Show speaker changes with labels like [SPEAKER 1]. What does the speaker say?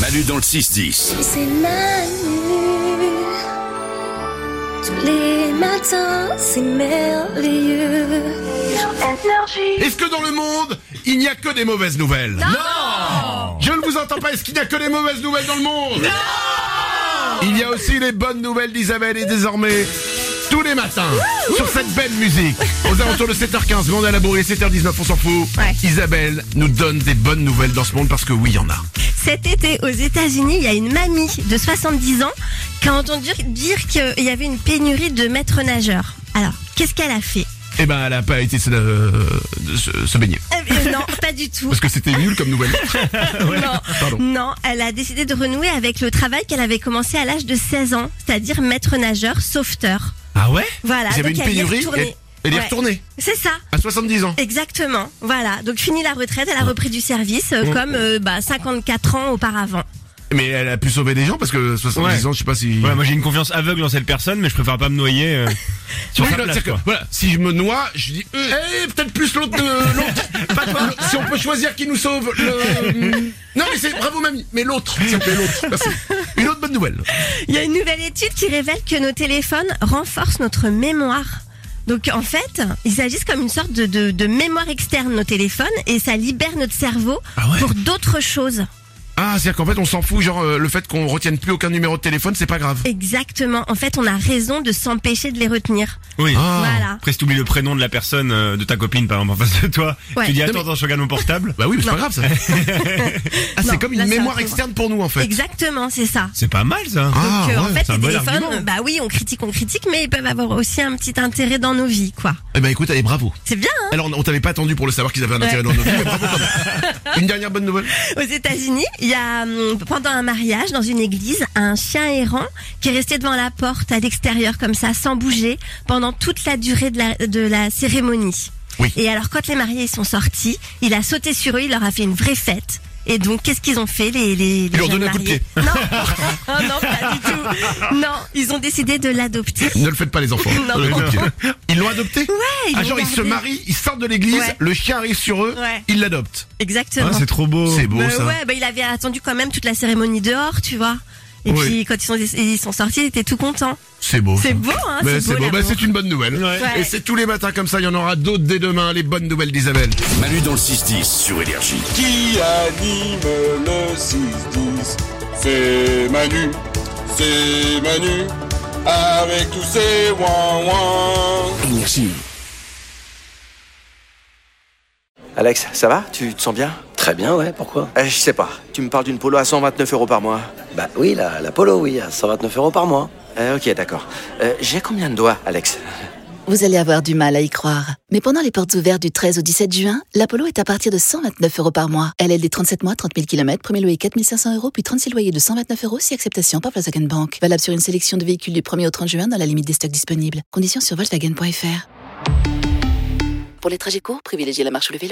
[SPEAKER 1] Manu dans le 6-10.
[SPEAKER 2] C'est Manu. Tous les matins, c'est merveilleux.
[SPEAKER 3] Est-ce que dans le monde, il n'y a que des mauvaises nouvelles Non Je ne vous entends pas, est-ce qu'il n'y a que des mauvaises nouvelles dans le monde Non Il y a aussi les bonnes nouvelles d'Isabelle et désormais... Tous les matins, sur cette belle musique, aux alentours de 7h15, mais on a labouré 7h19, on s'en fout.
[SPEAKER 4] Ouais.
[SPEAKER 3] Isabelle nous donne des bonnes nouvelles dans ce monde parce que oui, il y en a.
[SPEAKER 4] Cet été, aux États-Unis, il y a une mamie de 70 ans qui a entendu dire qu'il y avait une pénurie de maîtres nageurs. Alors, qu'est-ce qu'elle a fait
[SPEAKER 3] Eh ben, elle n'a pas été se, euh, de se- se baigner.
[SPEAKER 4] Eh bien, Non, pas du tout.
[SPEAKER 3] Parce que c'était nul comme nouvelle.
[SPEAKER 4] Non.
[SPEAKER 3] Pardon.
[SPEAKER 4] Non, elle a décidé de renouer avec le travail qu'elle avait commencé à l'âge de 16 ans, c'est-à-dire maître nageur, sauveteur.
[SPEAKER 3] Ah ouais
[SPEAKER 4] Voilà,
[SPEAKER 3] Ils avaient
[SPEAKER 4] Bah, donc
[SPEAKER 3] une
[SPEAKER 4] elle y est
[SPEAKER 3] pénurie, elle,
[SPEAKER 4] retournée.
[SPEAKER 3] elle est
[SPEAKER 4] Ouais.
[SPEAKER 3] retournée
[SPEAKER 4] C'est ça.
[SPEAKER 3] à 70 ans.
[SPEAKER 4] Exactement, voilà. Donc fini la retraite,
[SPEAKER 3] Ah.
[SPEAKER 4] elle a repris du service
[SPEAKER 3] Mm.
[SPEAKER 4] euh, comme euh, bah, 54 ans auparavant.
[SPEAKER 3] Mais elle a pu sauver des gens parce que 70
[SPEAKER 5] Ouais.
[SPEAKER 3] ans, je sais pas si.
[SPEAKER 5] Ouais, moi j'ai une confiance aveugle dans cette personne, mais je préfère pas me noyer euh, sur
[SPEAKER 3] Oui,
[SPEAKER 5] sa
[SPEAKER 3] non,
[SPEAKER 5] place.
[SPEAKER 3] c'est-à-dire que,
[SPEAKER 5] quoi.
[SPEAKER 3] voilà, si je me noie, je dis eh, peut-être plus l'autre. euh, l'autre. Le- si on peut choisir qui nous sauve. Le... euh, Non mais c'est bravo mamie, mais l'autre. s'il vous plaît, l'autre. Merci. Une autre bonne nouvelle.
[SPEAKER 4] Il y a une nouvelle étude qui révèle que nos téléphones renforcent notre mémoire. Donc en fait, ils agissent comme une sorte de, de- de mémoire externe, nos téléphones, et ça libère notre cerveau
[SPEAKER 3] Ah ouais
[SPEAKER 4] pour d'autres choses.
[SPEAKER 3] Ah c'est-à-dire qu'en fait on s'en fout, genre euh, le fait qu'on retienne plus aucun numéro de téléphone, c'est pas grave.
[SPEAKER 4] Exactement, en fait on a raison de s'empêcher de les retenir.
[SPEAKER 5] Oui.
[SPEAKER 3] Ah.
[SPEAKER 4] Voilà.
[SPEAKER 5] Après, si t'oublies le prénom de la personne, euh, de ta copine par exemple en face de toi,
[SPEAKER 4] Ouais.
[SPEAKER 5] tu dis
[SPEAKER 4] Non,
[SPEAKER 5] attends,
[SPEAKER 3] mais-
[SPEAKER 5] attends, je regarde mon portable.
[SPEAKER 3] Bah oui, mais c'est pas grave ça. ah c'est
[SPEAKER 4] Non,
[SPEAKER 3] comme une
[SPEAKER 4] là, c'est
[SPEAKER 3] mémoire
[SPEAKER 4] autre chose.
[SPEAKER 3] externe pour nous en fait.
[SPEAKER 4] Exactement, c'est ça.
[SPEAKER 5] C'est pas mal ça.
[SPEAKER 3] Ah,
[SPEAKER 4] que, en
[SPEAKER 3] ouais,
[SPEAKER 4] fait,
[SPEAKER 5] c'est un
[SPEAKER 4] les
[SPEAKER 5] bon
[SPEAKER 4] téléphones,
[SPEAKER 5] argument.
[SPEAKER 4] bah oui, on critique, on critique, mais ils peuvent avoir aussi un petit intérêt dans nos vies, quoi.
[SPEAKER 3] Eh ben écoute, allez bravo.
[SPEAKER 4] C'est bien, hein
[SPEAKER 3] Alors on on t'avait pas attendu pour le savoir qu'ils avaient un intérêt dans nos vies, mais bravo quand même. Une dernière bonne nouvelle.
[SPEAKER 4] Aux États-Unis, il y a hum, pendant un mariage dans une église un chien errant qui est resté devant la porte à l'extérieur comme ça, sans bouger, pendant toute la durée de la, de la cérémonie.
[SPEAKER 3] Oui.
[SPEAKER 4] Et alors quand les mariés sont sortis, il a sauté sur eux, il leur a fait une vraie fête. Et donc qu'est-ce qu'ils ont fait les les, les
[SPEAKER 3] leur
[SPEAKER 4] jeunes
[SPEAKER 3] donne un coup de
[SPEAKER 4] mariés Non, Oh non pas du tout. Non, ils ont décidé de l'adopter.
[SPEAKER 3] Ne le faites pas les enfants.
[SPEAKER 4] Non.
[SPEAKER 3] Euh, ok. Ils l'ont adopté Ouais,
[SPEAKER 4] ils
[SPEAKER 3] ah,
[SPEAKER 4] l'ont
[SPEAKER 3] genre ils se
[SPEAKER 4] gardé.
[SPEAKER 3] marient, ils sortent de l'église,
[SPEAKER 4] Ouais.
[SPEAKER 3] le chien arrive sur eux,
[SPEAKER 4] Ouais.
[SPEAKER 3] ils l'adoptent.
[SPEAKER 4] Exactement.
[SPEAKER 5] Ah, c'est trop beau.
[SPEAKER 3] C'est beau
[SPEAKER 4] Bah
[SPEAKER 3] ça.
[SPEAKER 4] ouais, bah il avait attendu quand même toute la cérémonie dehors, tu vois. Et
[SPEAKER 3] Oui.
[SPEAKER 4] puis quand ils sont, ils sont sortis, il était tout content.
[SPEAKER 3] C'est beau.
[SPEAKER 4] C'est
[SPEAKER 3] ça.
[SPEAKER 4] beau, hein
[SPEAKER 3] Mais
[SPEAKER 4] C'est
[SPEAKER 3] c'est
[SPEAKER 4] beau.
[SPEAKER 3] beau. Bah,
[SPEAKER 4] l'amour.
[SPEAKER 3] c'est une bonne nouvelle.
[SPEAKER 4] Ouais.
[SPEAKER 3] Et c'est tous les matins comme ça, il y en aura d'autres dès demain, les bonnes nouvelles d'Isabelle.
[SPEAKER 1] Manu dans le 6-10 sur Énergie.
[SPEAKER 6] Qui anime le 6-10 C'est Manu, c'est Manu, avec tous ses ouin-ouin.
[SPEAKER 7] Alex, ça va Tu te sens bien
[SPEAKER 8] Très bien, ouais, pourquoi
[SPEAKER 7] Eh, Je sais pas. Tu me parles d'une polo à 129 euros par mois.
[SPEAKER 8] Bah oui, la, la polo, oui, à 129 euros par mois.
[SPEAKER 7] Euh, ok, d'accord. Euh, J'ai combien de doigts, Alex
[SPEAKER 9] Vous allez avoir du mal à y croire. Mais pendant les portes ouvertes du 13 au 17 juin, l'Apollo est à partir de 129 euros par mois. Elle est des 37 mois, 30 000 km, premier loyer 4500 euros, puis 36 loyers de 129 euros si acceptation par Volkswagen Bank. Valable sur une sélection de véhicules du 1er au 30 juin dans la limite des stocks disponibles. Conditions sur Volkswagen.fr. Pour les trajets courts, privilégiez la marche ou le vélo.